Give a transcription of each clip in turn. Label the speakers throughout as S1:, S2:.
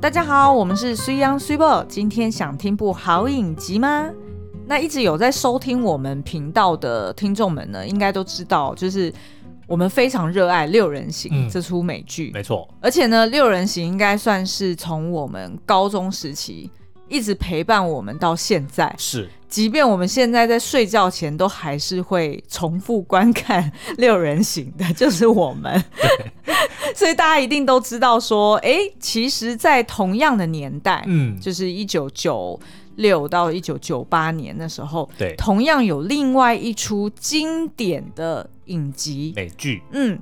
S1: 大家好，我们是虽央虽报，今天想听部好影集吗？那一直有在收听我们频道的听众们呢，应该都知道，就是我们非常热爱《六人行》
S2: 嗯
S1: 这出美剧，
S2: 没错，
S1: 而且呢，《六人行》应该算是从我们高中时期一直陪伴我们到现在，
S2: 是
S1: 即便我们现在在睡觉前都还是会重复观看 《六人行》的， 就是我们。 所以大家一定都知道说，哎、其实，在同样的年代，
S2: 嗯，
S1: 就是一九九六到一九九八年那时候，
S2: 对，
S1: 同样有另外一出经典的影集，
S2: 美剧，
S1: 嗯，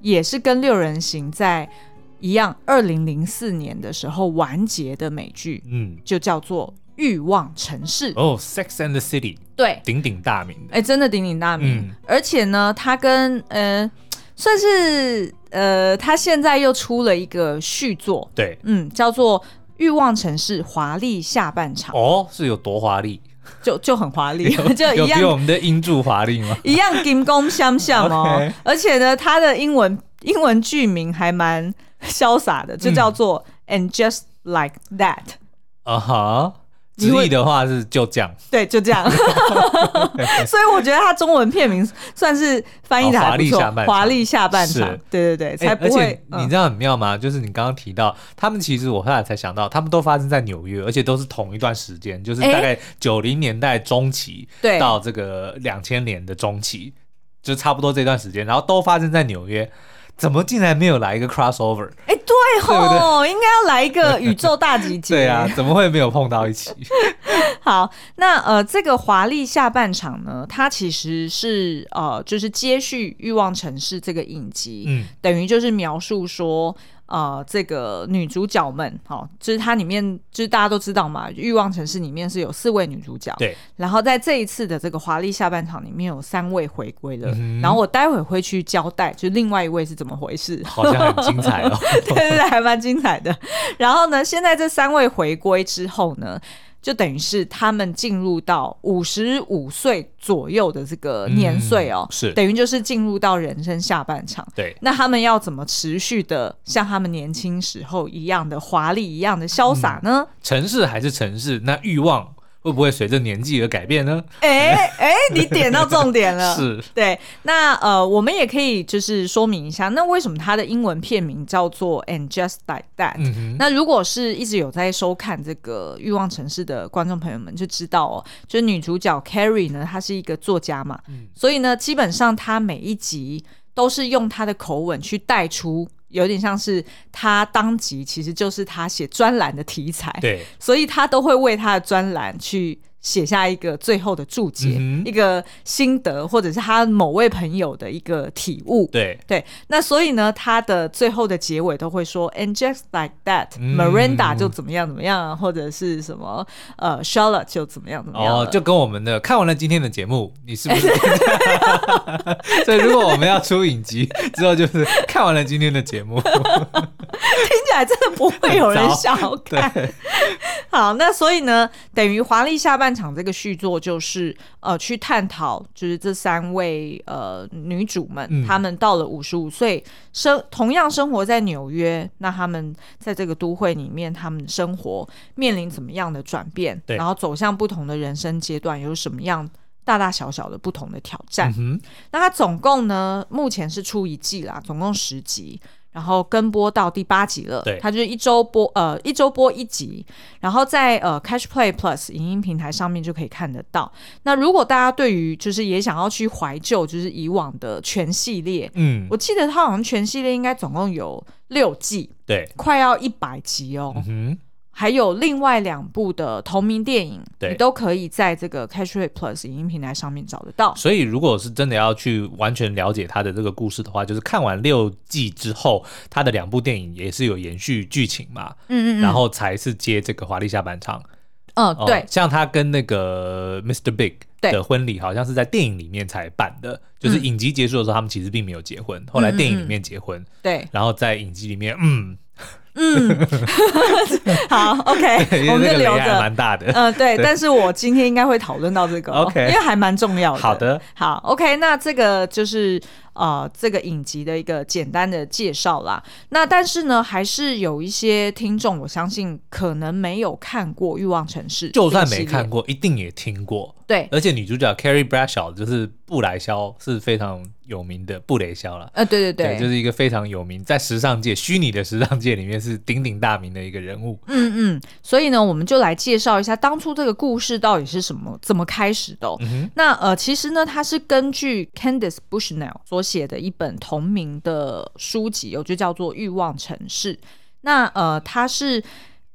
S1: 也是跟《六人行》在一样，二零零四年的时候完结的美剧，
S2: 嗯，
S1: 就叫做《欲望城市》。
S2: 哦，《Sex and the City》
S1: 对，
S2: 鼎鼎大名的，
S1: 哎，真的鼎鼎大名。
S2: 嗯
S1: 而且呢，他跟呃，算是呃，他现在又出了一个续作，
S2: 对，
S1: 嗯，叫做《欲望城市华丽下半场》，
S2: 哦，是有多华丽，
S1: 就就很华丽， 就
S2: 有
S1: 一
S2: 比我
S1: 样
S2: 们的英柱华丽 吗？
S1: 一样金光相向哦。
S2: OK
S1: 而且呢，他的英文英文剧名还蛮潇洒的，就叫做《And Just Like That》。
S2: 啊哈，直
S1: 你会
S2: 译的话是就这样，
S1: 对，就这 样。所以我觉得他中文片名算是翻译的
S2: 哦
S1: 还不错
S2: 华丽下半，场
S1: 华丽下半场
S2: 是。
S1: 对对对，才
S2: 哎
S1: 不
S2: 而
S1: 会
S2: 且。
S1: 嗯
S2: 你知道很妙吗？就是你刚刚提到，他们其实我后来才想到，他们都发生在纽约，而且都是同一段时间，就是
S1: 哎
S2: 大概九零年代中期
S1: 对
S2: 到这个两千年的中期，就差不多这段时间，然后都发生在纽约，怎么竟然没有来一个 crossover？
S1: 哎、对吼，应该要来一个宇宙大集结。
S2: 对啊，，怎么会没有碰到 一起？
S1: 好，那呃，这个华丽下半场呢，它其实是呃，就是接续《欲望城市》这个影集，
S2: 嗯，
S1: 等于就是描述说。呃，这个女主角们，好、就是它里面，就是大家都知道嘛，《欲望城市》里面是有四位女主角，
S2: 对，
S1: 然后在这一次的这个华丽下半场里面有三位回归了，
S2: 嗯哼
S1: 然后我待会会去交代，就另外一位是怎么回 事，
S2: 好像很精彩哦。
S1: 对对对，还蛮精彩的。然后呢，现在这三位回归之后呢，就等于是他们进入到五十五岁左右的这个 年岁哦，呃
S2: 嗯是
S1: 等于就是进入到人生下半场。
S2: 对，
S1: 那他们要怎么持续的像他们年轻时候一样的华丽、一样的潇洒呢？
S2: 城市还是城市，那欲望会不会随着年纪而改变呢？
S1: 哎哎、你点到重点了。
S2: 是，
S1: 对，那呃，我们也可以就是说明一下，那为什么它的英文片名叫做《And Just Like That》？
S2: 嗯哼，
S1: 那如果是一直有在收看这个《欲望城市》的观众朋友们就知道哦，就是女主角 Carrie 呢，她是一个作家嘛，
S2: 嗯
S1: 所以呢，基本上她每一集都是用她的口吻去带出，有点像是她当集其实就是她写专栏的题材，
S2: 对，
S1: 所以她都会为她的专栏去。写下一个最后的注解，
S2: 嗯哼
S1: 一个心得，或者是她某位朋友的一个体悟。
S2: 对，
S1: 对，那所以呢，他的最后的结尾都会说，and just like that，Miranda、
S2: 嗯
S1: Miranda 就怎么样怎么样啊，或者是什么呃，Charlotte 就怎么样怎么样了。
S2: 哦，就跟我们的看完了今天的节目，你是不 是？所以如果我们要出影集之后，就是看完了今天的 节目，
S1: 听起来真的不会有人想 要看。 好，那所以呢，等于《华丽下半场》这个续作就是呃，去探讨就是这三位呃女主们，
S2: 嗯
S1: 她们到了五十五岁，生同样生活在纽约，那她们在这个都会里面，她们生活面临怎么样的转变，
S2: 对
S1: 然后走向不同的人生阶段，有什么样大大小小的不同的挑战。
S2: 嗯哼，
S1: 那它总共呢，目前是出一季啦，总共十集，然后跟播到第八集了。
S2: 对
S1: 它就是一周播，呃，一周播一集，然后在呃 Cash Play Plus 影音平台上面就可以看得到。那如果大家对于就是也想要去怀旧，就是以往的全系列，
S2: 嗯，
S1: 我记得它好像全系列应该总共有六季，
S2: 对，
S1: 快要一百集哦。
S2: 嗯哼，
S1: 还有另外两部的同名电影，
S2: 对
S1: 你都可以在这个 Cash Play Plus 影音平台上面找得到。
S2: 所以，如果是真的要去完全了解他的这个故事的话，就是看完六季之后，他的两部电影也是有延续剧情嘛，
S1: 嗯嗯嗯，
S2: 然后才是接这个华丽下半场。
S1: 嗯，
S2: 哦
S1: 对，
S2: 像他跟那个 Mr. Big
S1: 对嗯
S2: 的婚礼，好像是在电影里面才办的，就是影集结束的时候，他们其实并没有结婚，后来电影里面结婚，
S1: 对，
S2: 然后在影集里面，嗯，
S1: 好，OK，我
S2: 那
S1: 们就
S2: 个雷
S1: 留
S2: 还
S1: 着。
S2: 蛮大的。
S1: 嗯、 对，但是我今天应该会讨论到这个哦、
S2: OK
S1: 因为还蛮重要的。
S2: 好，的，
S1: 好，OK，那这个就是呃这个影集的一个简单的介绍啦。那但是呢，还是有一些听众，我相信可能没有看过《欲望城市》，
S2: 就算没看，过，一定也听过。
S1: 对，
S2: 而且女主角 Carrie Bradshaw 就是布莱肖是非常有名的布雷肖了。
S1: 呃，对对
S2: 对，就是一个非常有名，在时尚界虚拟的时尚界里面是鼎鼎大名的一个人物。
S1: 嗯嗯，所以呢，我们就来介绍一下当初这个故事到底是什么，怎么开始的哦、
S2: 嗯哼，
S1: 那呃，其实呢，它是根据 Candice Bushnell 所写的一本同名的书籍，哦，就叫做《欲望城市》。那呃，它是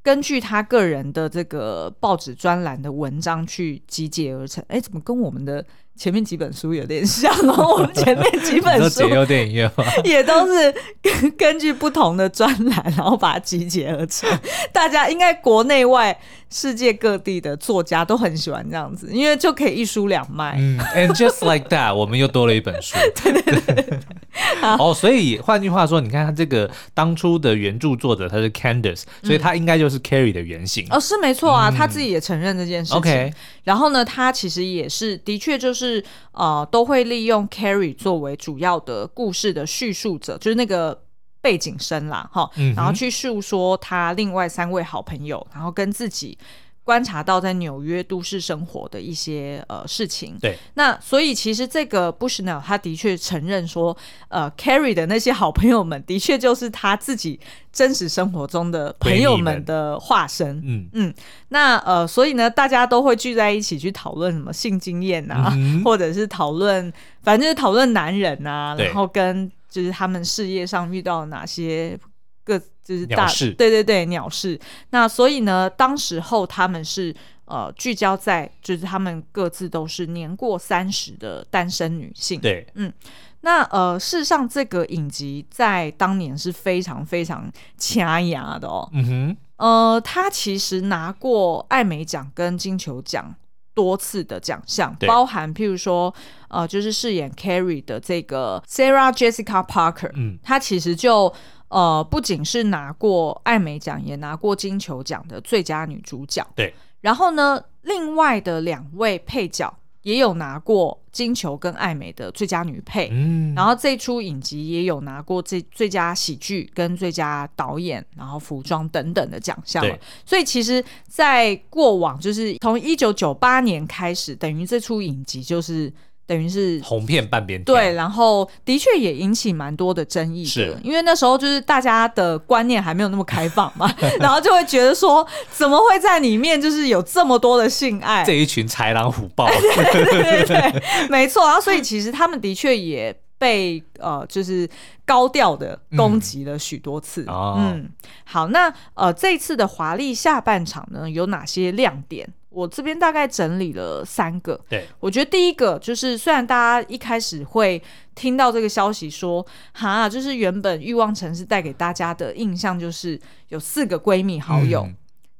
S1: 根据他个人的这个报纸专栏的文章去集结而成。哎，怎么跟我们的前面几本书有点像哦？我们前面几
S2: 你
S1: 本
S2: 说
S1: 书
S2: 解忧电影院吗？
S1: 也都是根根据不同的专栏，然后把它集结而成。大家应该国内外、世界各地的作家都很喜欢这样子，因为就可以一书两卖。
S2: 嗯，and just like that，我们又多了一本书。对对对。哦，所以换句话说，你看他这个当初的原著作者他是 Candice，所以他应该就是 Carrie 的原型。
S1: 哦，是没错啊，他自己也承认这件事情。
S2: 嗯 OK，
S1: 然后呢，他其实也是的确就是呃，都会利用 Carrie 作为主要的故事的叙述者，就是那个背景声啦，哈
S2: 嗯哼，
S1: 然后去述说他另外三位好朋友，然后跟自己。观察到在纽约都市生活的一些呃事情，
S2: 对，
S1: 那所以其实这个 Bushnell 他的确承认说，呃，Carrie 的那些好朋友们的确就是他自己真实生活中的朋友
S2: 闺蜜
S1: 们
S2: 们
S1: 的化身，
S2: 嗯，
S1: 那呃，所以呢，大家都会聚在一起去讨论什么性经验啊，
S2: 嗯
S1: 或者是讨论，反正就是讨论男人啊，
S2: 对
S1: 然后跟就是他们事业上遇到哪些各就是
S2: 鸟
S1: 大
S2: 事
S1: 对对对鸟事。那所以呢，当时候他们是呃聚焦在就是他们各自都是年过三十的单身女性。
S2: 对，
S1: 那呃，事实上这个影集在当年是非常非常 掐牙的哦。
S2: 嗯哼，
S1: 呃，他其实拿过艾美奖跟金球奖多次的奖项，
S2: 对
S1: 包含譬如说，呃，就是饰演 Carrie 的这个 Sarah Jessica Parker，
S2: 嗯，
S1: 她其实就呃不仅是拿过艾美奖，也拿过金球奖的最佳女主角。
S2: 对，
S1: 然后呢，另外的两位配角也有拿过金球跟艾美的最佳女配。
S2: 嗯，
S1: 然后这出影集也有拿过最最佳喜剧、跟最佳导演，然后服装等等的奖项了
S2: 对。
S1: 所以其实，在过往就是从一九九八年开始，等于这出影集就是等于是。
S2: 红遍半边天。
S1: 对，然后的确也引起蛮多的争议的，
S2: 是
S1: 因为那时候就是大家的观念还没有那么开放嘛， 然后就会觉得说，怎么会在里面就是有这么多的性爱？
S2: 这一群豺狼虎豹，
S1: 对对，对，没错。然后所以其实他们的确也被呃，就是高调的攻击了许多次。
S2: 嗯哦
S1: 嗯，好，那呃，这一次的华丽下半场呢，有哪些亮点？我这边大概整理了三个。
S2: 对，
S1: 我觉得第一个就是，虽然大家一开始会听到这个消息说，哈，就是原本欲望城市带给大家的印象就是有四个闺蜜好友，
S2: 嗯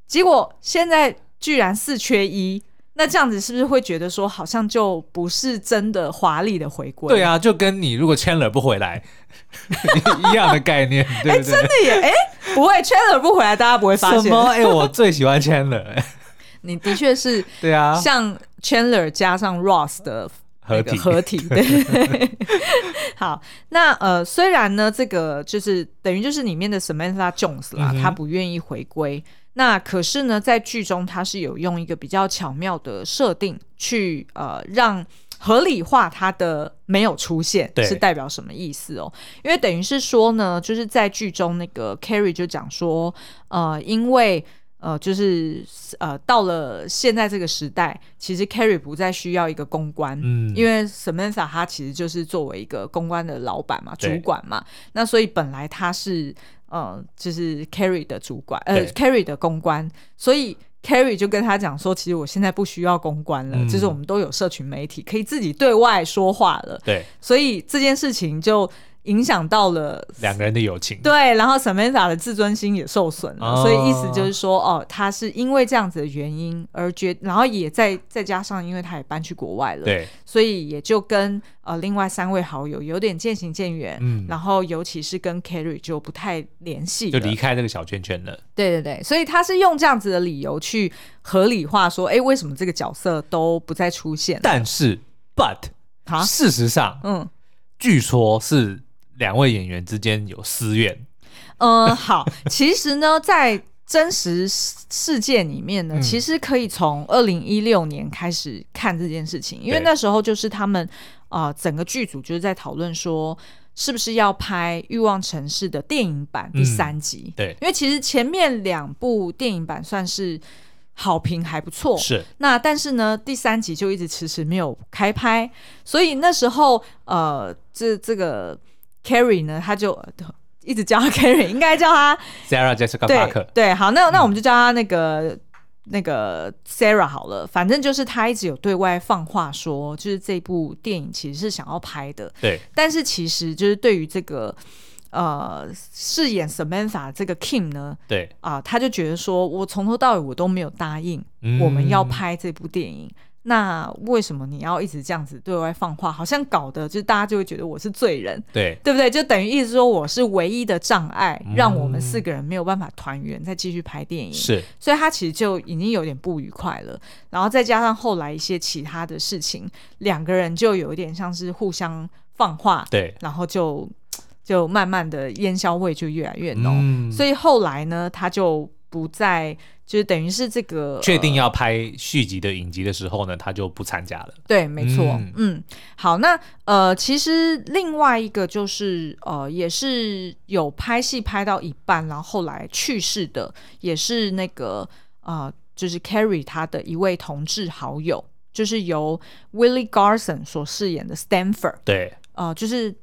S1: 结果现在居然四缺一，那这样子是不是会觉得说，好像就不是真的华丽的回归？
S2: 对，啊，就跟你如果 Chandler 不回来 一样的概 念，对不对？
S1: 真的耶，哎、不会 Chandler 不回来，大家不会发
S2: 什
S1: 现。
S2: 么？哎、我最喜欢 Chandler，哎
S1: 你的确是
S2: 对啊，
S1: 像 Chandler 加上 Ross 的
S2: 合
S1: 那个
S2: 体，
S1: 合 体，对。 好，那呃，虽然呢，这个就是等于就是里面的 Samantha Jones 啦
S2: 嗯，哼
S1: 她、不愿意回归。那可是呢，在剧中她是有用一个比较巧妙的设定去呃让。合理化她的没有出现
S2: 对
S1: 是代表什么意思哦？因为等于是说呢，就是在剧中那个 Carrie 就讲说，呃，因为呃，就是呃，到了现在这个时代，其实 Carrie 不再需要一个公关，
S2: 嗯，
S1: 因
S2: 为
S1: 为 Samantha 她其实就是作为一个公关的老板嘛、
S2: 对
S1: 主管嘛，那所以本来她是呃，就是 Carrie 的主管，呃
S2: 对
S1: ，Carrie 的公关，所以 Carrie 就跟他讲说，其实我现在不需要公关了，
S2: 嗯
S1: 就是我们都有社群媒体，可以自己对外说话了，
S2: 对
S1: 所以这件事情就影响到了
S2: 两个人的友情，
S1: 对，然后 Samantha 的自尊心也受损了，
S2: 哦
S1: 所以意思就是说，哦，她是因为这样子的原因而觉，然后也再再加上，因为她也搬去国外了，
S2: 对
S1: 所以也就跟呃另外三位好友有点渐行渐远，
S2: 嗯
S1: 然后尤其是跟 Carrie 就不太联系
S2: 就
S1: 了，
S2: 离开这个小圈圈了。
S1: 对对对，所以他是用这样子的理由去合理化说，哎，为什么这个角色都不再出现？
S2: 但是，but，
S1: 啊，
S2: 事实上，
S1: 嗯，
S2: 据说是两位演员之间有私怨，
S1: 呃，好，其实呢，在真实事事件里面呢，
S2: 嗯
S1: 其实可以从二零一六年开始看这件事情，因为
S2: 对
S1: 那时候就是他们啊、呃整个剧组就是在讨论说，是不是要拍《欲望城市》的电影版第
S2: 嗯
S1: 三集。
S2: 对
S1: 因为其实前面两部电影版算是好评还不错，
S2: 是
S1: 那但是呢，第三集就一直迟迟没有开拍，所以那时候呃，这这个 Carrie 呢，他就。一直叫他 Carrie，应该叫他
S2: Sarah Jessica
S1: 对
S2: Parker，
S1: 对，好，那那我们就叫他那个、那个 Sarah 好了。反正就是他一直有对外放话说，就是这部电影其实是想要拍的，
S2: 对
S1: 但是其实就是对于这个呃饰演 Samantha 这个 Kim 呢，
S2: 对，
S1: 啊、他就觉得说我从头到尾我都没有答应
S2: 嗯
S1: 我们要拍这部电影。那为什么你要一直这样子对外放话？好像搞得就是大家就会觉得我是罪人，
S2: 对
S1: 对不对？就等于意思说我是唯一的障碍，
S2: 嗯
S1: 让我们四个人没有办法团圆，再继续拍电影。
S2: 是
S1: 所以他其实就已经有点不愉快了，然后再加上后来一些其他的事情，两个人就有一点像是互相放话，
S2: 对，
S1: 然后就就慢慢的烟硝味就越来越浓。
S2: 嗯
S1: 哦所以后来呢，他就不再就是等于是这个
S2: 确定
S1: 呃
S2: 要拍续集的影集的时候呢，他就不参加了。
S1: 对，没错，嗯
S2: 嗯
S1: 好，那呃，其实另外一个就是呃，也是有拍戏拍到一半，然后后来去世的，也是那个呃，就是 Carrie 他的一位同志好友，就是由 Willie Garson 所饰演的 Stanford，
S2: 对，
S1: 呃，就是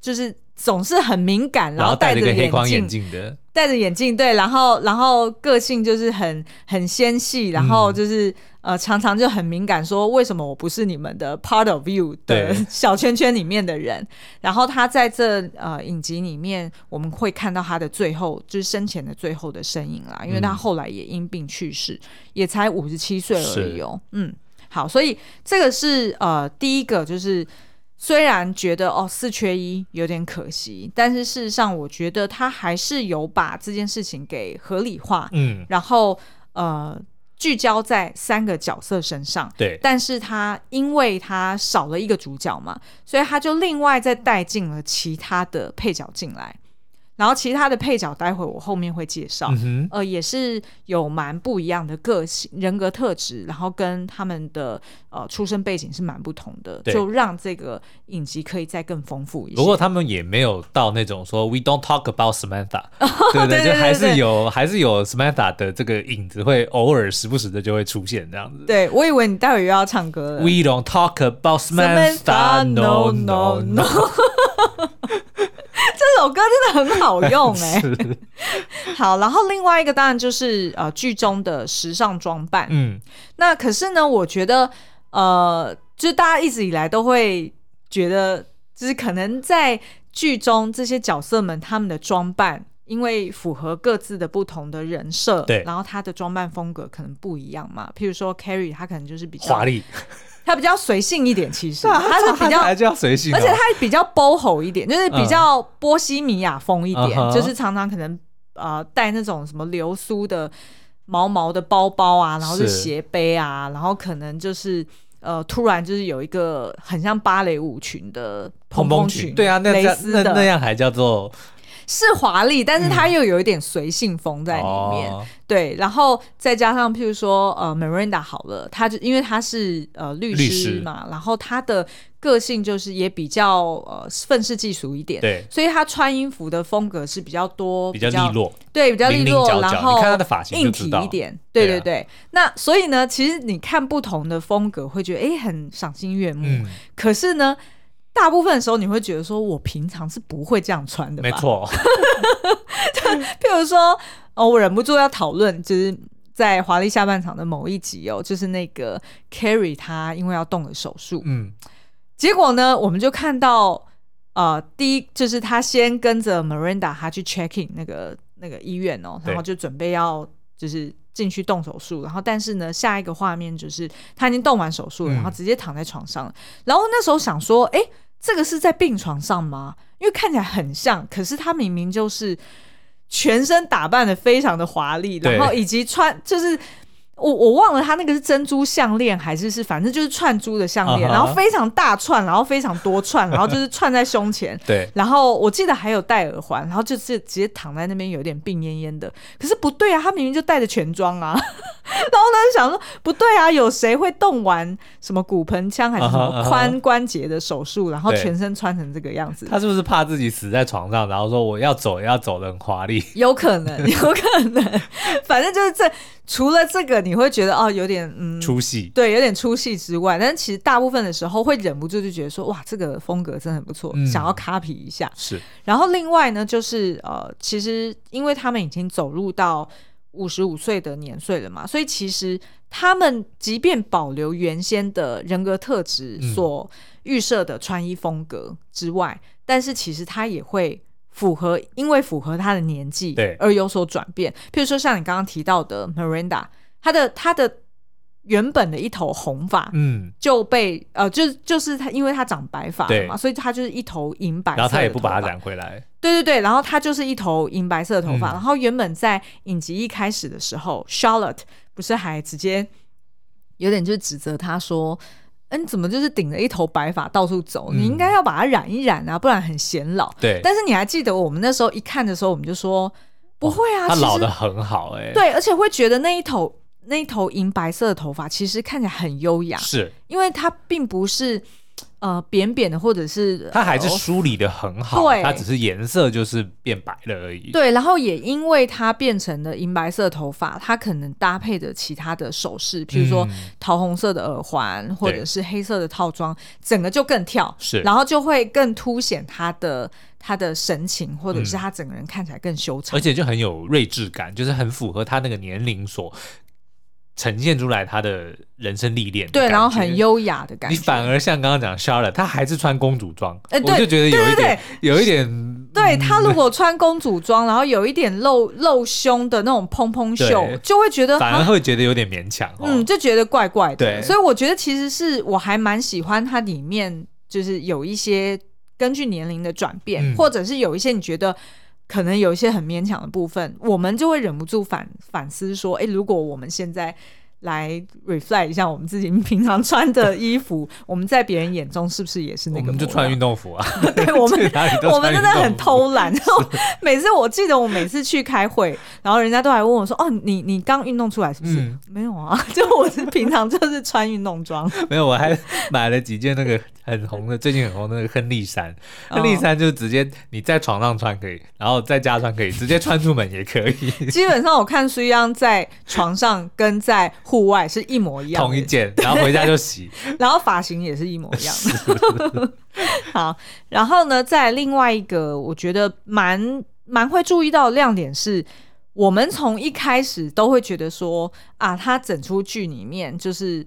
S1: 就是总是很敏感，
S2: 然后
S1: 后
S2: 戴
S1: 戴
S2: 了
S1: 着
S2: 一个黑框眼
S1: 镜，
S2: 镜的，
S1: 戴着眼镜，对，然后然后个性就是很很纤细，然后就是、呃常常就很敏感，说为什么我不是你们的 part of you 的
S2: 对
S1: 小圈圈里面的人。然后他在这呃影集里面，我们会看到他的最后就是生前的最后的身影啦，因为他
S2: 嗯
S1: 后来也因病去世，也才五十七岁而已
S2: 是
S1: 哦，嗯。好，所以这个是呃第一个，就是虽然觉得哦四缺一有点可惜，但是事实上我觉得他还是有把这件事情给合理化，
S2: 嗯，
S1: 然后呃聚焦在三个角色身上。
S2: 对
S1: 但是他因为他少了一个主角嘛，所以他就另外再带进了其他的配角进来，然后其他的配角待会我后面会介绍。
S2: 嗯哼，
S1: 呃，也是有蛮不一样的个性、人格特质，然后跟他们的呃出身背景是蛮不同的，
S2: 对
S1: 就让这个影集可以再更丰富一些。
S2: 不过他们也没有到那种说 we don't talk about Samantha，对不
S1: 哦对对
S2: 对？
S1: 对
S2: 就还
S1: 对
S2: 是有还是有 Samantha 的这个影子会偶尔时不时的就会出现这样子。
S1: 对我以为你待会又要唱歌了。
S2: We don't talk about
S1: Samantha,
S2: Samantha,
S1: no,
S2: no
S1: no,
S2: no no，
S1: 这首歌真的很好 用哎、
S2: 是
S1: 好，然后另外一个当然就是呃剧中的时尚装扮，
S2: 嗯，
S1: 那可是呢，我觉得呃，就是大家一直以来都会觉得，就是可能在剧中这些角色们他们的装扮。因为符合各自的不同的人设，
S2: 对
S1: 然后他的装扮风格可能不一样嘛。譬如说 Carrie，他可能就是比较
S2: 华，丽，
S1: 他比较随性一点，其实
S2: 他
S1: 啊他是比较，
S2: 还就要随性哦，
S1: 而且他比较 boho 一点，就是比较波西米亚风一点，
S2: 嗯哼
S1: 就是常常可能呃带那种什么流苏的毛毛的包包啊，然后是
S2: 是
S1: 斜背啊，然后可能就是呃突然就是有一个很像芭蕾舞裙的蓬
S2: 蓬
S1: 蓬
S2: 蓬
S1: 裙，
S2: 裙，对啊，那
S1: 蕾
S2: 这样
S1: 丝
S2: 那那
S1: 的
S2: 样还叫做
S1: 是华丽，但是它
S2: 嗯
S1: 又有一点随性风在里面。
S2: 哦
S1: 对，然后再加上譬如说呃 Miranda 好了，她就因为她是呃律
S2: 律
S1: 师
S2: 师
S1: 嘛，然后她的个性就是也比较呃愤世嫉俗一点，
S2: 对，
S1: 所以她穿衣服的风格是比较多，
S2: 比较利，落，
S1: 对，比较利
S2: 零零
S1: 落，
S2: 角角
S1: 然后
S2: 你看她的发型就
S1: 硬体
S2: 知道
S1: 一点，对
S2: 对
S1: 对
S2: 啊
S1: 对。那所以呢，其实你看不同的风格，会觉得诶很赏心悦目，
S2: 嗯，
S1: 可是呢。大部分的时候，你会觉得说，我平常是不会这样穿的吧？
S2: 嗯没错，
S1: 譬如说，哦，我忍不住要讨论，就是在华丽下半场的某一集哦，就是那个 Carrie 她因为要动了手术，
S2: 嗯，
S1: 结果呢，我们就看到，呃，第一就是她先跟着 Miranda 她去 check in 那个那个医院哦，然后就准备要就是。进去动手术，然后但是呢，下一个画面就是她已经动完手术了，
S2: 嗯
S1: 然后直接躺在床上了。然后那时候想说，诶，这个是在病床上吗？因为看起来很像，可是她明明就是全身打扮的非常的华丽，
S2: 对
S1: 然后以及穿就是我我忘了它那个是珍珠项链还是是，反正就是串珠的项链
S2: 啊哈
S1: 然后非常大串，然后非常多串，然后就是串在胸前。
S2: 对，
S1: 然后我记得还有戴耳环，然后就是直接躺在那边，有点病恹恹的。可是不对啊，他明明就戴着全装啊。 然后呢，想说不对啊，有谁会动完什么骨盆腔还是什
S2: 啊哈啊
S1: 么
S2: 哈
S1: 髋关节的手术，然后
S2: 对
S1: 全身穿成这个样子？
S2: 他是不是怕自己死在床上，然后说我要走也要走的很华丽？
S1: 有可能，有可能， 反正就是这。除了这个，你会觉得哦，有点嗯，
S2: 出戏。
S1: 对，有点出戏之外，但是其实大部分的时候会忍不住就觉得说，哇，这个风格真的很不错，
S2: 嗯
S1: 想要 copy 一下。
S2: 是，
S1: 然后另外呢，就是呃，其实因为他们已经走入到五十五岁的年岁了嘛，所以其实他们即便保留原先的人格特质
S2: 嗯
S1: 所预设的穿衣风格之外，但是其实他也会。符合，因为符合他的年纪
S2: 对
S1: 而有所转变。譬如说，像你刚刚提到的 Miranda，她的她的原本的一头红发
S2: 嗯，
S1: 就被、呃，就就是她，因为她长白发了
S2: 对
S1: 嘛，所以她就是一头银白色的头发。
S2: 然后他也不把它染回来，
S1: 对对对，然后她就是一头银白色的头发，
S2: 嗯
S1: 然后原本在影集一开始的时候，Charlotte 不是还直接有点就是指责她说。嗯，怎么就是顶着一头白发到处走？
S2: 嗯
S1: 你应该要把它染一染啊，不然很显老。
S2: 对，
S1: 但是你还记得我们那时候一看的时候，我们就说不会啊，
S2: 他
S1: 其
S2: 老
S1: 实
S2: 的很好，哎，，
S1: 对，而且会觉得那一头那一头银白色的头发其实看起来很优雅，
S2: 是，
S1: 因为它并不是呃扁扁的，或者是
S2: 他还是
S1: 呃
S2: 梳理的很好，
S1: 对
S2: 他只是颜色就是变白了而已。
S1: 对，然后也因为它变成了银白色头发，它可能搭配着其他的首饰，譬如说
S2: 嗯
S1: 桃红色的耳环或者
S2: 对
S1: 是黑色的套装，整个就更跳，
S2: 是
S1: 然后就会更凸显他的他的神情，或者是他整个人看起来更修长。
S2: 而且就很有睿智感，就是很符合他那个年龄所呈现出来他的人生历练的
S1: 对，
S2: 感觉。
S1: 然后很优雅的感
S2: 你
S1: 觉。
S2: 反而像刚刚讲 Charlotte，她还是穿公主装，
S1: 哎对
S2: 我就觉得有
S1: 对
S2: 一点，有一点，
S1: 对他如果穿公主装，然后有一点露露胸的那种蓬蓬袖
S2: 对，
S1: 就会觉得
S2: 反
S1: 啊
S2: 而会觉得有点勉强哦。
S1: 嗯，就觉得怪怪的。
S2: 对
S1: 所以我觉得其实是我还蛮喜欢它里面就是有一些根据年龄的转变，
S2: 嗯
S1: 或者是有一些你觉得。可能有一些很勉强的部分，我们就会忍不住反反思说：，诶，如果我们现在来 reflect 一下我们自己平常穿的衣服，我们在别人眼中是不是也是那
S2: 我
S1: 个模样？
S2: 们就穿运动服啊，
S1: 对， 我们
S2: 去哪里都
S1: 我们真
S2: 穿运
S1: 的
S2: 动
S1: 很
S2: 服，
S1: 偷懒，然后 每次我记得我每次去开会，然后人家都还问我说：“哦，你你刚运动出来是不是？”
S2: 嗯
S1: 没有啊， 就我是平常就是穿运动装，
S2: 没有，我还买了几件那个很红的，最近很红的那个亨利衫。
S1: 哦
S2: 亨利衫就是直接你在床上穿可以，然后在家穿可以，直接穿出门也可以，
S1: 基本上我看苏央在床上跟在户外是一模一样的，
S2: 同一件，然后回家就洗。
S1: 然后发型也是一模一样的。 好，然后呢，在另外一个我觉得蛮蛮会注意到的亮点是，我们从一开始都会觉得说啊，他整出剧里面就是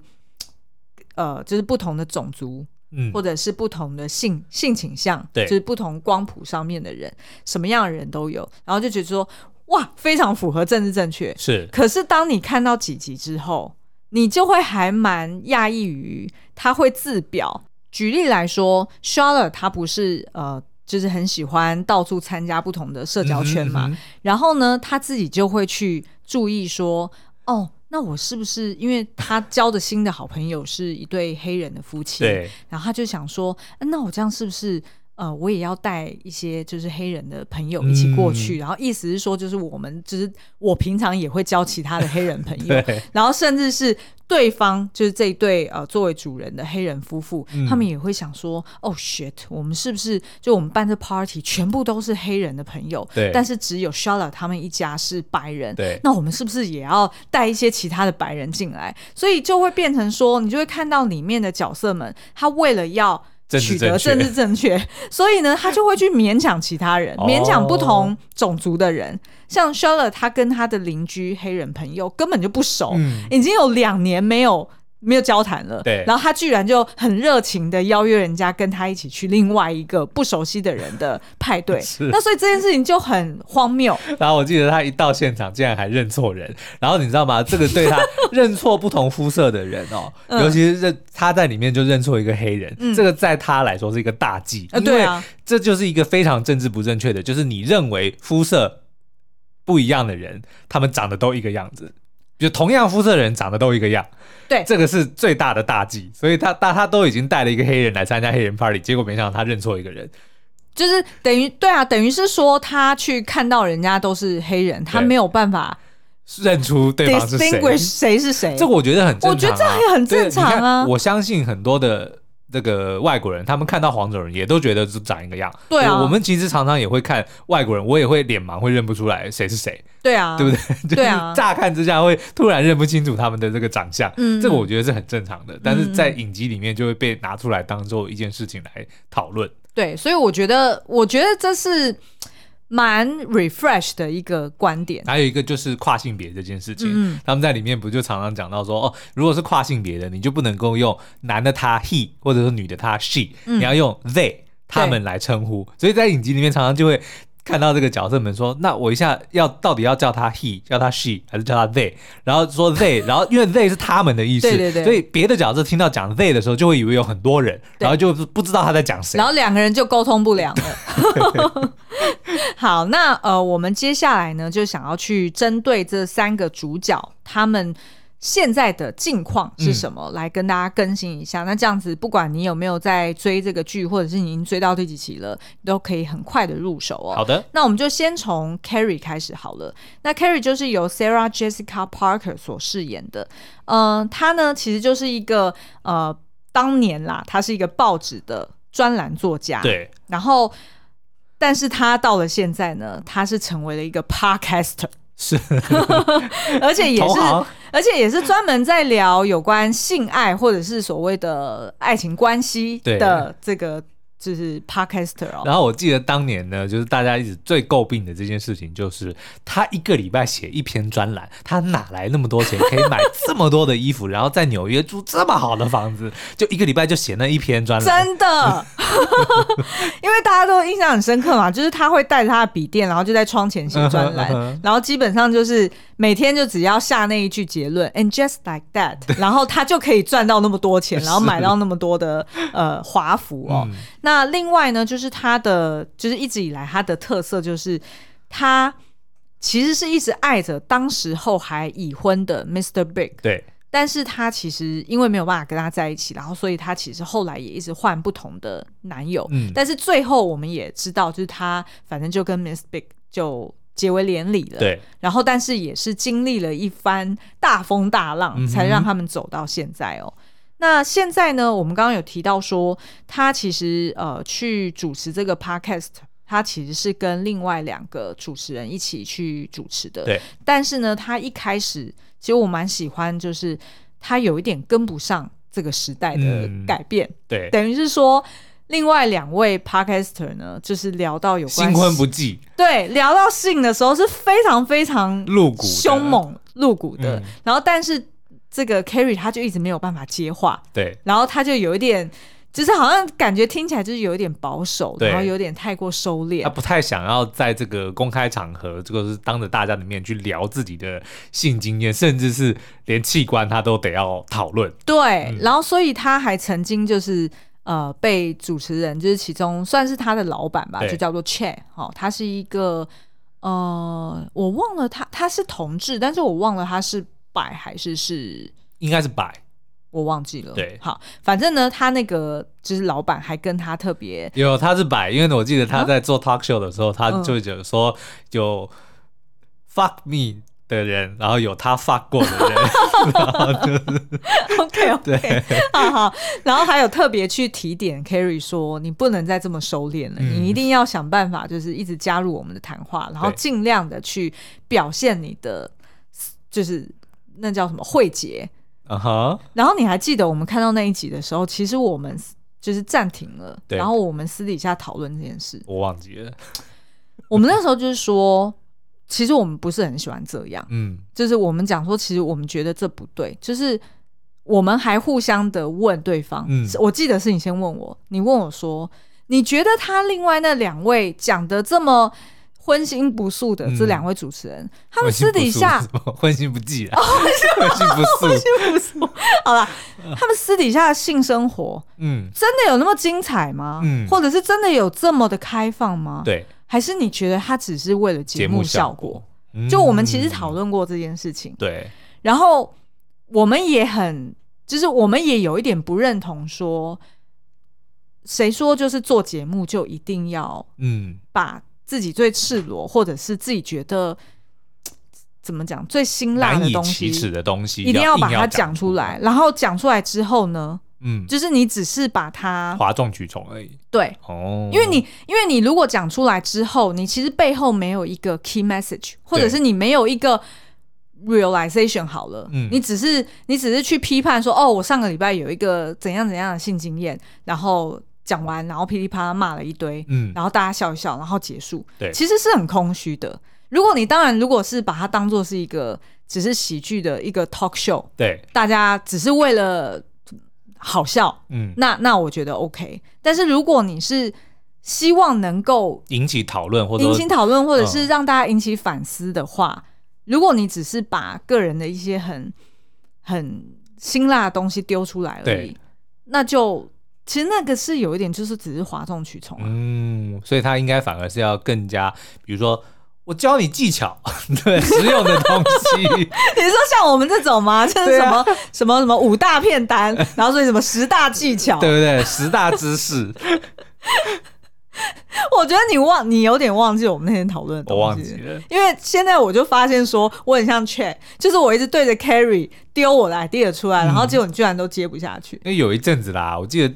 S1: 呃，就是不同的种族
S2: 嗯
S1: 或，者是不同的性性倾向，
S2: 对
S1: 就是不同光谱上面的人，什么样的人都有，然后就觉得说哇，非常符合政治正确，
S2: 是
S1: 可是当你看到几集之后，你就会还蛮讶异于他会自表。举例来说，Charlotte 她不是呃，就是很喜欢到处参加不同的社交圈嘛，
S2: 嗯哼
S1: 然后呢，她自己就会去注意说，哦。那我是不是因为她交的新的好朋友是一对黑人的夫妻，
S2: 对，
S1: 然后他就想说，嗯那我这样是不是呃，我也要带一些就是黑人的朋友一起过去？然后意思是说，就是我们就是我平常也会交其他的黑人朋友，
S2: 对，
S1: 然后甚至是对方就是这一对呃作为主人的黑人夫妇，
S2: 嗯
S1: 他们也会想说，哦 shit，我们是不是就我们办这 party 全部都是黑人的朋友？
S2: 对
S1: 但是只有 s h a l a 他们一家是白人，
S2: 对
S1: 那我们是不是也要带一些其他的白人进来？所以就会变成说，你就会看到里面的角色们，他为了要
S2: 政治
S1: 取得
S2: 正
S1: 政
S2: 确
S1: 治正确，所以呢，他就会去勉强其他人，
S2: 哦
S1: 勉强不同种族的人。像 s h a l a 他跟他的邻居黑人朋友根本就不熟，
S2: 嗯，
S1: 已经有两年没有。没有交谈了，
S2: 对
S1: 然后他居然就很热情的邀约人家跟他一起去另外一个不熟悉的人的派对
S2: 是，
S1: 那所以这件事情就很荒 谬，
S2: 然后我记得他一到现场，竟然还认错人。然后你知道吗？这个 对他认错不同肤色的人哦，
S1: 嗯
S2: 尤其是认他在里面就认错一个黑人，这个在他来说是一个大忌，
S1: 呃
S2: 因为
S1: 对啊
S2: 这就是一个非常政治不正确的，就是你认为肤色不一样的人，他们长得都一个样子。就同样肤色的人长得都一个样，
S1: 对
S2: 这个是最大的大忌。所以他他他都已经带了一个黑人来参加黑人 party，结果没想到他认错一个人，
S1: 就是等于对啊，等于是说他去看到人家都是黑人，他
S2: 对
S1: 没有办法
S2: 认出对方是谁。
S1: distinguish 谁是谁。
S2: 这个我觉得很正常啊、
S1: 我觉得这也很正常啊
S2: 对你看我相信很多的这个外国人，他们看到黄种人也都觉得是长一个样。
S1: 对啊
S2: 我我们其实常常也会看外国人，我也会脸盲，会认不出来谁是谁，
S1: 对啊，
S2: 对不对？
S1: 对啊
S2: 就是乍看之下会突然认不清楚他们的这个长相，
S1: 嗯
S2: 这个我觉得是很正常的。但是在影集里面就会被拿出来当做一件事情来讨论。
S1: 对，所以我觉得，我觉得这是蛮 refresh 的一个观点。
S2: 还有一个就是跨性别这件事情，
S1: 嗯
S2: 他们在里面不就常常讲到说，哦，如果是跨性别的，你就不能够用男的他 he 或者是女的她 she，、你
S1: 嗯
S2: 要用 they 他们来称呼。所以在影集里面常常就会看到这个角色们说，那我一下要到底要叫他 he，叫他 she，还是叫他 they？然后 说 they，然后因为 they 是他们的意思，
S1: 对对对
S2: 所以别的角色听到讲 they 的时候，就会以为有很多人，
S1: 对
S2: 然后就不知道他在讲谁
S1: 然。后两个人就沟通不良了。好，那呃，我们接下来呢，就想要去针对这三个主角他们。现在的近况是什么？来跟大家更新一下。那这样子，不管你有没有在追这个剧，或者是你已经追到第几期了，你都可以很快的入手哦。
S2: 好的，
S1: 那我们就先从 Carrie 开始好了。那 Carrie 就是由 Sarah Jessica Parker 所饰演的，嗯、呃，她呢其实就是一个呃，当年啦，她是一个报纸的专栏作家，，
S2: 对，
S1: 然后。但是她到了现在呢，她是成为了一个 podcaster，
S2: 是
S1: 而且也
S2: 同
S1: 是，
S2: 行
S1: 而且也是专门在聊有关性爱或者是所谓的爱情关系
S2: 对
S1: 的这个就是 podcaster 哦。
S2: 然后我记得当年呢，就是大家一直最诟病的这件事情，就是他一个礼拜写一篇专栏，他哪来那么多钱可以买这么多的衣服，然后在纽约住这么好的房子， 就一个礼拜就写那一篇专栏。
S1: 真 的，因为大家都印象很深刻嘛，就是他会带着他的笔电，然后就在窗前写专栏
S2: 嗯哼嗯哼，
S1: 然后基本上就是每天就只要下那一句结论，and just like that，然 后他就可以赚到那么多 钱，然后买到那么多的呃华服哦。
S2: 嗯
S1: 那另外呢，就是他的就是一直以来他的特色就是他其实是一直爱着当时候还已婚的 Mr. Big，
S2: 对，
S1: 但是她其实因为没有办法跟他在一起，然后所以她其实后来也一直换不同的男友，
S2: 嗯
S1: 但是最后我们也知道，就是她反正就跟 Miss Big 就结为连理了，，
S2: 对，
S1: 然后但是也是经历了一番大风大浪，
S2: 嗯哼
S1: 才让他们走到现在哦。那现在呢，我们刚刚有提到说，她其实呃去主持这个 podcast。她其实是跟另外两个主持人一起去主持的，
S2: 对
S1: 但是呢，他一开始其实我蛮喜欢，就是他有一点跟不上这个时代的
S2: 嗯
S1: 改变，
S2: 对，
S1: 等于是说。另外两位 podcaster 呢，就是聊到有关
S2: 新婚不忌，
S1: 对聊到性的时候是非常非常
S2: 露骨的
S1: 凶，猛露骨的，
S2: 嗯
S1: 然后但是这个 Carrie 他就一直没有办法接话，
S2: 对，
S1: 然后他就有一点，就是好像感觉听起来就是有一点保守，
S2: 对
S1: 然后有点太过收敛
S2: 他，不太想要在这个公开场合，这个是当着大家的面去聊自己的性经验，甚至是连器官他都得要讨论。
S1: 对，
S2: 嗯
S1: 然后所以他还曾经就是呃被主持人，就是其中算是他的老板吧，
S2: 对
S1: 就叫做 Chad 哦，他是一个呃我忘了他他是同志，但是我忘了他是白还是是。
S2: 应该是摆，
S1: 我忘记了，
S2: 对
S1: 好，反正呢，他那个就是老板还跟他特别
S2: 有，他是白，因为我记得他在做
S1: 啊
S2: talk show 的时候，他就有
S1: 嗯
S2: 说有 fuck me 的人，然后有他 fuck 过 的人，
S1: OK OK，好好，然后还有特别去提点 Carrie 说，你不能再这么收敛了，
S2: 嗯
S1: 你一定要想办法，就是一直加入我们的谈话，然后
S2: 对
S1: 尽量的去表现你的，就是那叫什么慧结。
S2: 啊哈，
S1: 然后你还记得我们看到那一集的时候，其实我们就是暂停了，
S2: 对
S1: 然后我们私底下讨论这件事，
S2: 我忘记了，
S1: 我们那时候就是说，其实我们不是很喜欢这样。
S2: 嗯，
S1: 就是我们讲说，其实我们觉得这不对，就是我们还互相的问对方。
S2: 嗯
S1: 是我记得是你先问我，你问我说，你觉得他另外那两位讲的这么荤腥不素的
S2: 嗯
S1: 这两位主持人，他们私底 下哦
S2: 荤腥不忌啊，荤腥不素，
S1: 不素，好啦，他们私底下的性生活
S2: 嗯，
S1: 真的有那么精彩吗？
S2: 嗯
S1: 或者是真的有这么的开放吗？，
S2: 对，
S1: 还是你觉得他只是为了节
S2: 节
S1: 目
S2: 目
S1: 效
S2: 效
S1: 果？
S2: 果，嗯
S1: 就我们其实讨论过这件事情，
S2: 对，
S1: 然后我们也很，就是我们也有一点不认同说，谁说就是做节目就一定要
S2: 嗯，
S1: 把自己最赤裸，或者是自己觉得怎么讲最辛辣
S2: 难
S1: 的
S2: 以
S1: 东西
S2: 启，齿的东西，
S1: 一定
S2: 要
S1: 把
S2: 硬
S1: 它
S2: 讲
S1: 讲出来。，然后讲出来之后呢，
S2: 嗯，
S1: 就是你只是把它
S2: 哗众取宠而已。
S1: 对，
S2: 哦，
S1: 因为你因为你如果讲出来之后，你其实背后没有一个 key message，或者是你没有一个 realization 好了，
S2: 嗯
S1: 你只是你只是去批判说，哦，我上个礼拜有一个怎样怎样的性经验，然后讲完，然后噼里啪啦骂了一堆，
S2: 嗯，
S1: 然后大家笑一笑，然后结束，
S2: 对
S1: 其实是很空虚的。如果你当然如果是把它当做是一个只是喜剧的一个 talk show，
S2: 对，
S1: 大家只是为了好笑，
S2: 嗯，
S1: 那那我觉得 OK。但是如果你是希望能够
S2: 引起讨论或者
S1: 引
S2: 说
S1: 起讨论，或者
S2: 嗯
S1: 是让大家引起反思的话，如果你只是把个人的一些很很辛辣的东西丢出来而已
S2: 对，
S1: 那就其实那个是有一点就是只是哗众取宠啊。
S2: 嗯，所以他应该反而是要更加，比如说我教你技巧， 对，实用的东西，
S1: 你说像我们这种吗？就是
S2: 对
S1: 什么、
S2: 啊
S1: 什么什么五大片单， 然后所以什么十大技巧，
S2: 对不对？十大知识，
S1: 我觉得你忘你有点忘记我们那天讨论的东
S2: 我
S1: 西，
S2: 忘记了。
S1: 因为现在我就发现说，我很像 Chat，就是我一直对着 Carry 丢我的 idea 出来，
S2: 嗯
S1: 然后结果你居然都接不下去，
S2: 因为有一阵子啦，我记得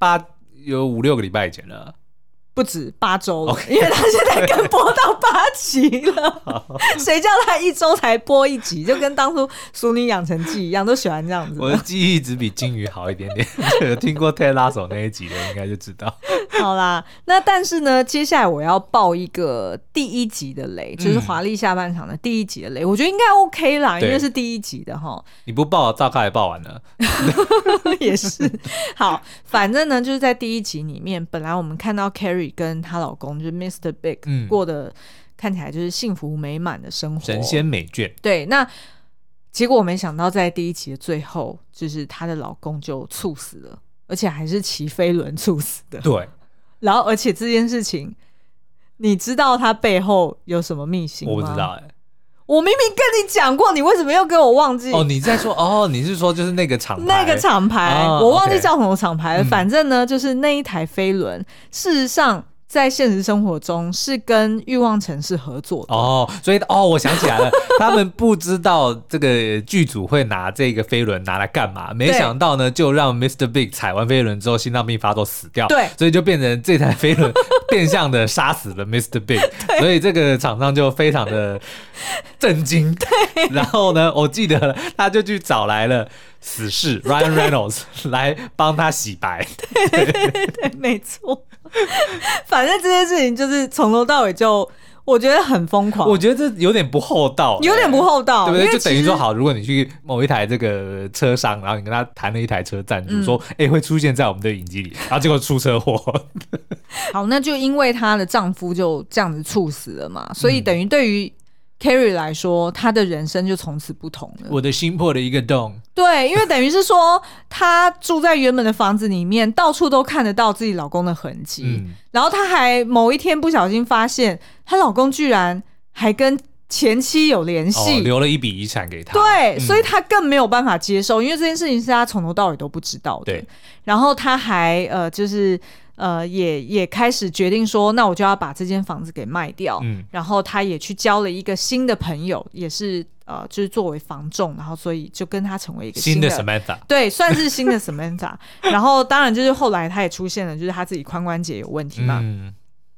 S2: 八有五六个礼拜以前了，
S1: 不止八周了因为他现在更播到八集 了，谁叫他一周才播一集，就跟当初《熟女养成记》一样，都喜欢这样子
S2: 我
S1: 的。
S2: 的记忆只比金鱼好一点 点。有听过泰拉手那一集的，应该就知道。
S1: 好啦，那但是呢，接下来我要爆一个第一集的雷，就是
S2: 嗯
S1: 华丽下半场的第一集的雷，我觉得应该 OK 啦，因
S2: 对
S1: 为是第一集的哈。
S2: 你不报，大概也报完了。
S1: 也是。好，反正呢，就是在第一集里面，本来我们看到 Carrie 跟她老公就是 Mr. Big、
S2: 嗯
S1: 过的看起来就是幸福美满的生活，
S2: 神仙美眷，
S1: 对。那结果我没想到，在第一集的最后，就是她的老公就猝死了，而且还是骑飞轮猝死的。
S2: 对
S1: 然后，而且这件事情。你知道他背后有什么秘辛吗？
S2: 我不知道。哎、
S1: 我明明跟你讲过，你为什么又给我忘记？
S2: 哦，你在说哦，你是说就是那个厂牌
S1: 那个厂牌，
S2: 哦
S1: 我忘记
S2: OK
S1: 叫什么厂牌了。
S2: 嗯
S1: 反正呢，就是那一台飞轮，事实上在现实生活中是跟欲望城市合作的。
S2: 哦，所以哦，我想起来了，他们不知道这个剧组会拿这个飞轮拿来干嘛，没想到呢，就让 Mr. Big 踩完飞轮之后心脏病发作死掉，
S1: 对
S2: 所以就变成这台飞轮变相的杀死了 Mr. Big，所以这个厂商就非常的 震惊。对，然后呢，我记得他就去找来了死士 Ryan Reynolds 来帮他洗白，
S1: 对， 没错。 反正这件事情就是从头到尾就，我觉得很疯狂，
S2: 我觉得这有点不厚道、
S1: 有点不厚道，
S2: 对不
S1: 哦因为
S2: 对？就等于
S1: 其实
S2: 说，好，如果你去某一台这个车商，然后你跟他谈了一台车赞助，
S1: 嗯
S2: 说，哎、会出现在我们的影集里，然后结果出车祸，
S1: 好，那就因为她的丈夫就这样子猝死了嘛，所以等于对于 Carrie 来说，她的人生就从此不同了。
S2: 我的心破了一个洞。
S1: 对，因为等于是说，她住在原本的房子里面，到处都看得到自己老公的痕迹。
S2: 嗯，
S1: 然后她还某一天不小心发现，她老公居然还跟前妻有联
S2: 哦，
S1: 系。
S2: 留了一笔遗产给他。
S1: 对，
S2: 嗯
S1: 所以她更没有办法接受，因为这件事情是她从头到尾都不知道的
S2: 对。
S1: 然后她还呃，就是呃，也也开始决定说，那我就要把这间房子给卖掉。
S2: 嗯
S1: 然后她也去交了一个新的朋友，也是呃，就是作为房仲，然后所以就跟她成为一个
S2: 新
S1: 的
S2: 的 Samantha，
S1: 对，算是新的 Samantha。然 后当然就是后来她也出现了，就是她自己髋关节有问题嘛，
S2: 嗯，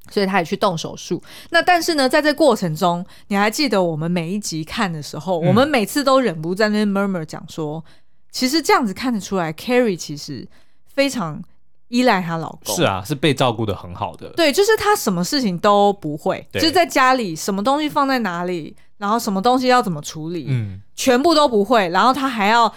S1: 所以她也去动手术。那但是呢，在这过程中，你还记得我们每一集看的时候，
S2: 嗯
S1: 我们每次都忍不住在那边 murmur 讲说，其实这样子看得出来，Carrie 其实非常依赖她老公。
S2: 是。啊，是被照顾的很好的。
S1: 对，就是她什么事情都不会，就
S2: 对
S1: 是在家里什么东西放在哪里，然后什么东西要怎么处理，
S2: 嗯，
S1: 全部都不会，然后他还要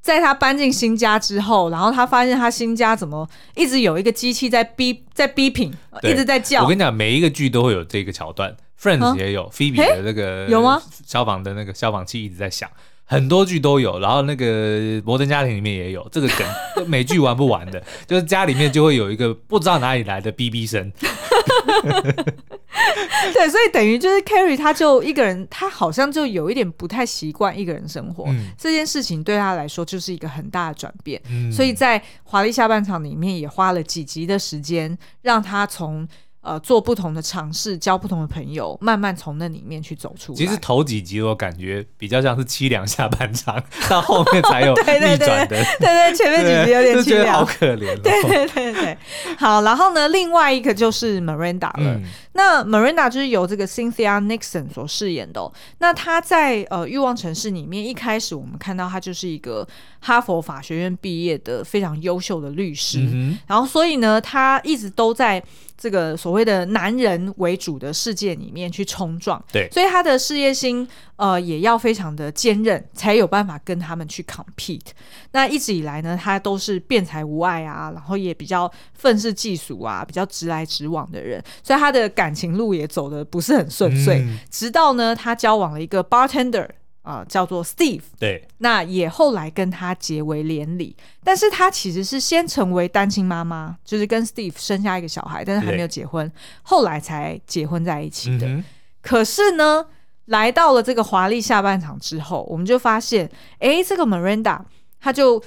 S1: 在他搬进新家之后，然后他发现他新家怎么一直有一个机器在逼在逼品，呃
S2: 对
S1: 一直在叫
S2: 我跟。你讲，每一个剧都会有这个桥段
S1: 啊
S2: ，Friends 也有，Phoebe 的那个
S1: 有吗？
S2: 消防的那个消防器一直在响，很多剧都有。然后那个《摩登家庭》里面也有这个梗，美剧玩不玩的， 就是家里面就会有一个不知道哪里来的哔哔声。
S1: 对，所以等于就是 Carrie，他就一个人，他好像就有一点不太习惯一个人生活，
S2: 嗯
S1: 这件事情对他来说就是一个很大的转变。
S2: 嗯
S1: 所以在《华丽下半场》里面也花了几集的时间，让他从呃做不同的尝试，交不同的朋友，慢慢从那里面去走出来。
S2: 其实头几集我感觉比较像是凄凉下半场，到后面才有
S1: 对对
S2: 逆
S1: 对
S2: 转的，
S1: 对对，前面几集有点
S2: 就觉
S1: 凄
S2: 得好
S1: 凉。
S2: 可怜、哦。
S1: 对对对对，好，然后呢，另外一个就是 Miranda 了。
S2: 嗯，
S1: 那 Miranda 就是由这个 Cynthia Nixon 所饰演的哦、那她在呃《欲望城市》里面，一开始我们看到她就是一个哈佛法学院毕业的非常优秀的律师。
S2: 嗯
S1: 然后，所以呢，她一直都在这个所谓的男人为主的世界里面去冲撞。
S2: 对
S1: 所以她的事业心呃也要非常的坚韧，才有办法跟他们去 compete。那一直以来呢，她都是辩才无碍啊，然后也比较愤世嫉俗啊，比较直来直往的人，所以她的感情路也走的不是很顺遂。
S2: 嗯
S1: 直到呢，她交往了一个 bartender 啊、叫做 Steve。
S2: 哼，对，
S1: 那也后来跟他结为连理，但是她其实是先成为单亲妈妈，就是跟 Steve 生下一个小孩，但是还没有结婚，后来才结婚在一起
S2: 嗯
S1: 的。
S2: 哼，
S1: 可是呢，来到了这个华丽下半场之后，我们就发现，诶，这个 Miranda 她就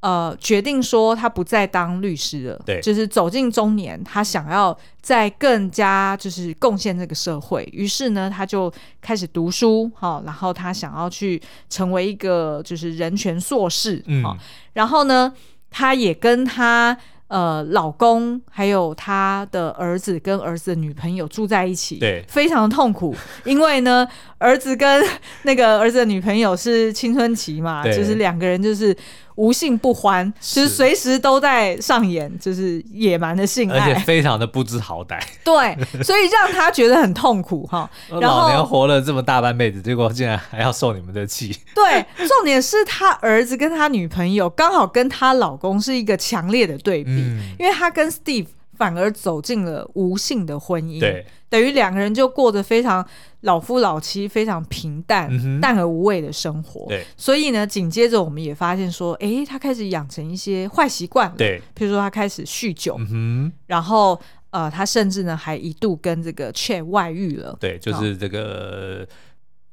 S1: 呃决定说她不再当律师了，
S2: 对
S1: 就是走进中年，她想要再更加就是贡献这个社会，于是呢，她就开始读书，好、然后她想要去成为一个就是人权硕士，
S2: 嗯
S1: 好然后呢，她也跟她呃老公还有她的儿子跟儿子的女朋友住在一起，
S2: 对
S1: 非常痛苦，因为 呢，儿子跟那个儿子的女朋友是青春期嘛，
S2: 对
S1: 就是两个人就是无性不欢，就是
S2: 是
S1: 随时都在上演就是野蛮的性
S2: 而且
S1: 爱，
S2: 非常的不知好歹。
S1: 对，所以让她觉得很痛苦哈。 然后
S2: 呃老娘活了这么大半辈子，结果竟然还要受你们的气，
S1: 对，重点是她儿子跟她女朋友刚好跟她老公是一个强烈的对比，
S2: 嗯
S1: 因为她跟 Steve 反而走进了无性的婚姻，
S2: 对，
S1: 等于两个人就过着非常老夫老妻、非常平淡、
S2: 嗯哼
S1: 淡而无味的生活。
S2: 对
S1: 所以呢，紧接着我们也发现说，诶，她开始养成一些坏习惯了，，
S2: 对，
S1: 譬如说她开始酗酒，
S2: 嗯哼，
S1: 然后呃，她甚至呢还一度跟这个 Chet 外遇了。
S2: 对，就是这个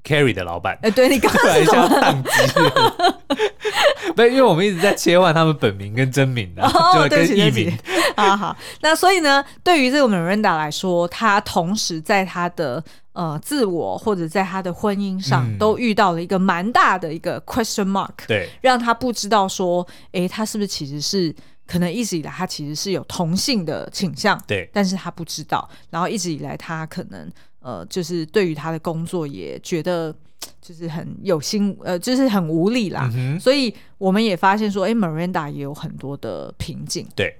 S2: Carry 的 老板。
S1: 哎、对你刚
S2: 突
S1: 刚
S2: 然
S1: 是
S2: 啊一
S1: 什么
S2: 下？宕机， 不是因为我们一直在切换他们本名跟真名啊，
S1: 哦，对
S2: 就跟
S1: 不起，对
S2: 艺
S1: 不起
S2: 名，
S1: 啊，好，那所以呢，对于这个 Miranda 来说，她同时在她的呃自我或者在她的婚姻上，
S2: 嗯
S1: 都遇到了一个蛮大的一个 question mark，
S2: 对，
S1: 让她不知道说，诶，她是不是其实是可能一直以来她其实是有同性的倾向，
S2: 对
S1: 但是她不知道，然后一直以来她可能呃，就是对于她的工作也觉得就是很有心，呃，就是很无力啦，
S2: 嗯哼，
S1: 所以我们也发现说，诶 m i r a n d a 也有很多的瓶颈。
S2: 对，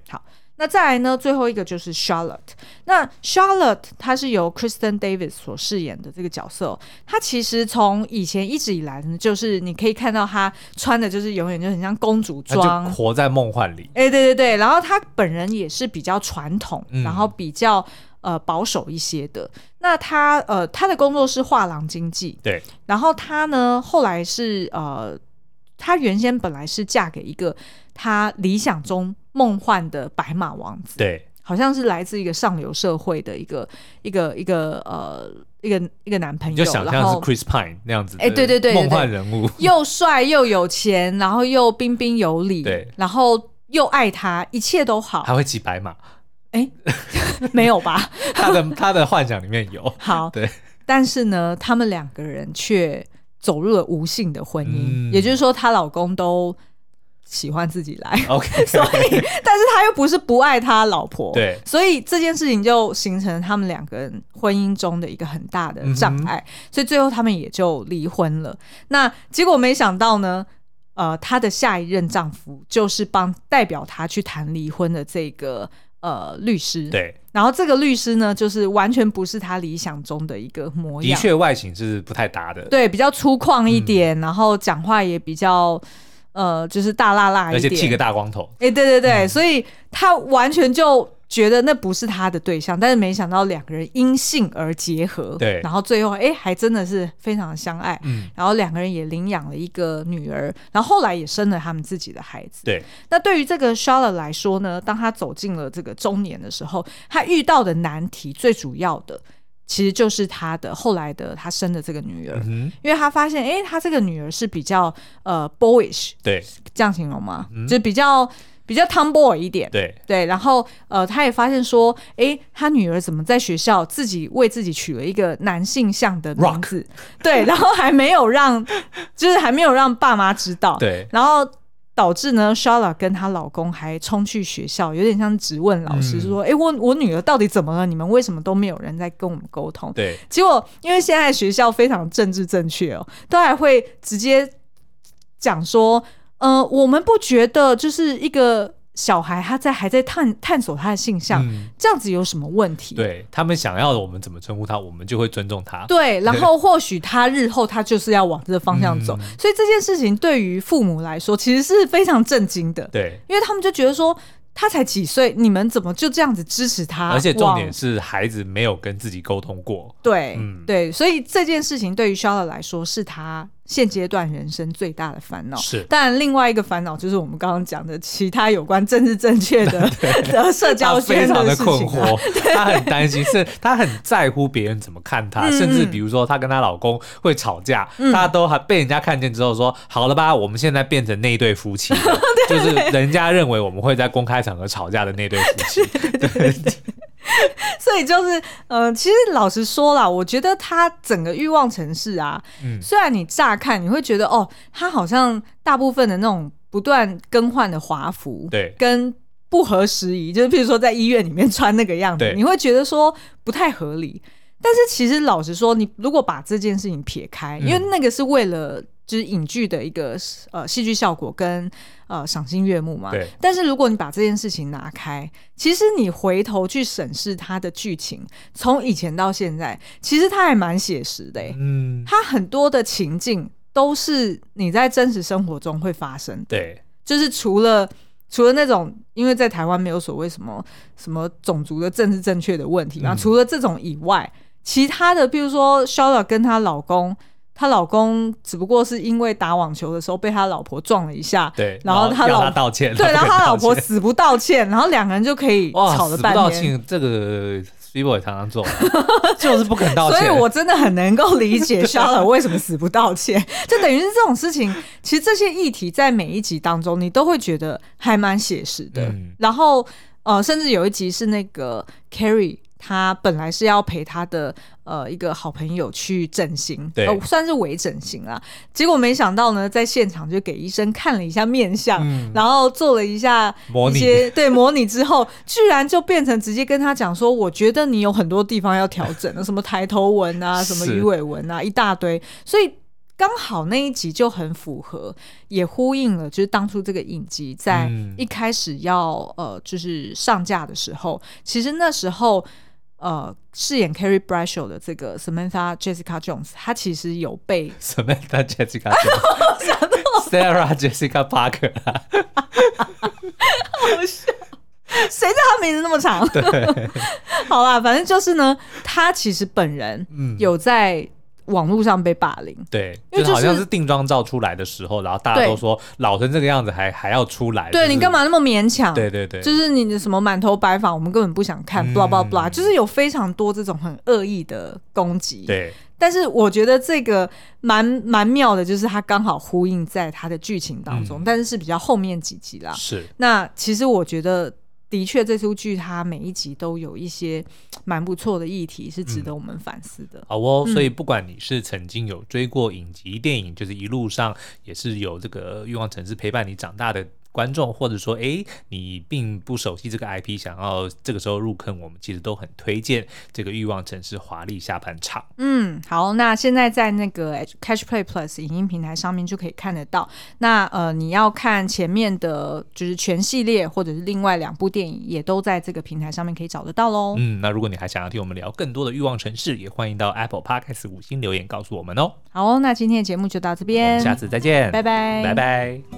S1: 那再来呢，最后一个就是 Charlotte。那 Charlotte 她是由 Kristen Davis 所饰演的这个角色哦、她其实从以前一直以来呢，就是你可以看到她穿的就是永远就很像公主
S2: 他就
S1: 装。
S2: 活在梦幻里，
S1: 哎、对对对，然后她本人也是比较传统，
S2: 嗯
S1: 然后比较呃保守一些的。那她呃，她的工作是画廊经济，
S2: 对，
S1: 然后她呢，后来是呃，她原先本来是嫁给一个她理想中梦幻的白马王子，
S2: 对，
S1: 好像是来自一个上流社会的一个一个一个呃一个一个男朋
S2: 你
S1: 友，
S2: 就想
S1: 然
S2: 象是
S1: 后
S2: Chris Pine 那样子，
S1: 哎对对对对对
S2: 梦幻人物，
S1: 又帅又有钱，然后又彬彬有礼，
S2: 对
S1: 然后又爱他，一切都好
S2: 还，会骑 白马，
S1: 没有吧？
S2: 他的他的幻想里面有，
S1: 好，
S2: 对，
S1: 但是呢，他们两个人却走入了无性的婚姻，
S2: 嗯
S1: 也就是说，她老公都喜欢自己来。
S2: OK，
S1: 所以，但是他又不是不爱他老婆，
S2: 对
S1: 所以这件事情就形成了他们两个人婚姻中的一个很大的障碍，
S2: 嗯
S1: 所以最后他们也就离婚了。那结果没想到呢，呃，她的下一任丈夫就是帮代表她去谈离婚的这个呃律师，，
S2: 对，
S1: 然后这个律师呢，就是完全不是她理想中的一个模
S2: 的
S1: 样，
S2: 确外形是不太搭的，
S1: 对，比较粗犷
S2: 嗯
S1: 一点，然后讲话也比较呃，就是大辣辣
S2: 而
S1: 一
S2: 且
S1: 点，
S2: 剃个大嗯光头，
S1: 哎、对对对，所以他完全就觉得那不是他的对象，但是没想到两个人因性而结合，
S2: 对
S1: 然后最后哎、还真的是非常相爱，
S2: 嗯，
S1: 然后两个人也领养了一个女儿，然后后来也生了他们自己的孩子。
S2: 对，
S1: 那对于这个 Charlotte 来说呢，当她走进了这个中年的时候，她遇到的难题最主要的其实就是他的后来的他生的这个女儿，
S2: 嗯哼，
S1: 因为他发现，诶，他这个女儿是比较呃 boyish，
S2: 对
S1: 这样形容吗？
S2: 嗯
S1: 就比较比较 tomboy 一点。
S2: 对，
S1: 对，然后呃，他也发现说，诶，他女儿怎么在学校自己为自己取了一个男性向的名
S2: Rock
S1: 字对，然后还没有让，就是还没有让爸妈知道，
S2: 对
S1: 然后导致呢 s h a l a 跟她老公还冲去学校，有点像质问老师
S2: 嗯
S1: 说，诶，我我女儿到底怎么了？你们为什么都没有人在跟我们沟通？
S2: 对，
S1: 结果因为现在学校非常政治正确哦，都还会直接讲说，呃，我们不觉得就是一个小孩他在还在探探索他的性向，
S2: 嗯，
S1: 这样子有什么问题？。
S2: 对他们想要我们怎么称呼他，我们就会尊重他。
S1: 对，然后或许他日后他就是要往这个方向走，
S2: 嗯
S1: 所以这件事情对于父母来说其实是非常震惊的，
S2: 对，
S1: 因为他们就觉得说他才几岁，你们怎么就这样子支持他？
S2: 而且重
S1: 往
S2: 点是孩子没有跟自己沟通过。
S1: 对、
S2: 嗯
S1: 对，所以这件事情对于 s h a l a 来说是他现阶段人生最大的烦恼。
S2: 是
S1: 当然，另外一个烦恼就是我们刚刚讲的其他有关政治正确 的的社交
S2: 他非
S1: 圈
S2: 常的
S1: 事
S2: 困
S1: 情、啊。
S2: 惑， 他很担心，是他很在乎别人怎么看他，
S1: 嗯
S2: 甚至比如说她跟她老公会吵架，她都还被人家看见之后说：“好了吧，我们现在变成那一对 夫妻了，就是人家认为我们会在公开场合吵架的那对夫 妻。
S1: 所以就是，呃，其实老实说啦，我觉得他整个欲望城市啊，
S2: 嗯
S1: 虽然你乍看你会觉得哦，他好像大部分的那种不断更换的华服，
S2: 对
S1: 跟不合时宜，就是譬如说在医院里面穿那个样子
S2: 对，
S1: 你会觉得说不太合理。但是其实老实说，你如果把这件事情撇开，
S2: 嗯
S1: 因为那个是为了就是影剧的一个呃戏剧效果跟呃赏心悦目嘛。
S2: 对。
S1: 但是如果你把这件事情拿开，其实你回头去审视它的剧情，从以前到现在，其实它还蛮写实的、欸。
S2: 嗯，
S1: 它很多的情境都是你在真实生活中会发生的。
S2: 对
S1: 就是除了除了那种，因为在台湾没有所谓什么什么种族的政治正确的问题嘛，
S2: 嗯
S1: 除了这种以外，其他的，比如说 s h a l a 跟她老公，她老公只不过是因为打网球的时候被他老婆撞了一下，
S2: 对，
S1: 然后他老
S2: 要他道歉，
S1: 对，然后
S2: 他
S1: 他老
S2: 道
S1: 婆
S2: 歉
S1: 死不道歉，然后两个人就可以
S2: 哇
S1: 吵了
S2: 死不
S1: 半
S2: 道
S1: 天。
S2: 歉，这个 s i b o 也常常做， 就是不肯道
S1: 所
S2: 歉。啊
S1: 以，我真的很能够理 解 s h a l a 为什么死不道歉，就等于是这种事情。其实这些议题在每一集当中，你都会觉得还蛮写实的。
S2: 嗯
S1: 然后呃，甚至有一集是那个 Carrie，她本来是要陪她的呃一个好朋友去整形，
S2: 对
S1: 呃算是伪整形啦。结果没想到呢，在现场就给医生看了一下面相。
S2: 嗯，
S1: 然后做了一下
S2: 模
S1: 一
S2: 拟
S1: 些对模拟之后， 居然就变成直接跟他讲说，我觉得你有很多地方要调整的，什么抬头纹啊，什么
S2: 是
S1: 鱼尾纹啊，一大堆。所以刚好那一集就很符合，也呼应了就是当初这个影集在
S2: 嗯
S1: 一开始要呃就是上架的时候，其实那时候。呃，饰演 Carrie Bradshaw 的这个 Samantha Jessica Jones，她其实有 被
S2: Samantha Jessica Sarah Jessica Parker 啊
S1: 谁叫他名字那么长？ 好啦，反正就是呢，他其实本人
S2: 嗯
S1: 有在网络上被霸凌，
S2: 对，
S1: 因为就
S2: 就
S1: 是
S2: 好像是定妆照出来的时候，然后大家
S1: 对
S2: 都说老成这个样子还还要出来，
S1: 对
S2: 就是
S1: 你干？嘛那么勉强？
S2: 对对对，
S1: 就是你的什么满头白发，我们根本不想看
S2: 嗯
S1: ，blah blah blah，就是有非常多这种很恶意的攻击。，
S2: 对
S1: 但是我觉得这个蛮蛮妙的，就是它刚好呼应在它的剧情当中，
S2: 嗯
S1: 但是是比较后面几集啦。
S2: 是，
S1: 那其实我觉得，的确这出剧它每一集都有一些蛮不错的议题，是
S2: 嗯
S1: 值得我们反思的。
S2: 好哦，所
S1: 嗯
S2: 以不管你是曾经有追过影集、电影，就是一路上也是有这个欲望城市陪伴你长大的观众，或者说，诶你并不熟悉这个 IP，想要这个时候入坑，我们其实都很推荐这个欲望城市华丽下半场。
S1: 嗯，好，那现在在那个哎 Catch Play Plus 影音平台上面就可以看得到。那呃，你要看前面的，就是全系列或者是另外两部电影，也都在这个平台上面可以找得到喽。
S2: 嗯，那如果你还想要听我们聊更多的欲望城市，也欢迎到 Apple Podcast 五星留言告诉我们哦。
S1: 好、哦，那今天的节目就到这
S2: 我
S1: 边，
S2: 们下次再见，
S1: 拜拜
S2: 拜拜。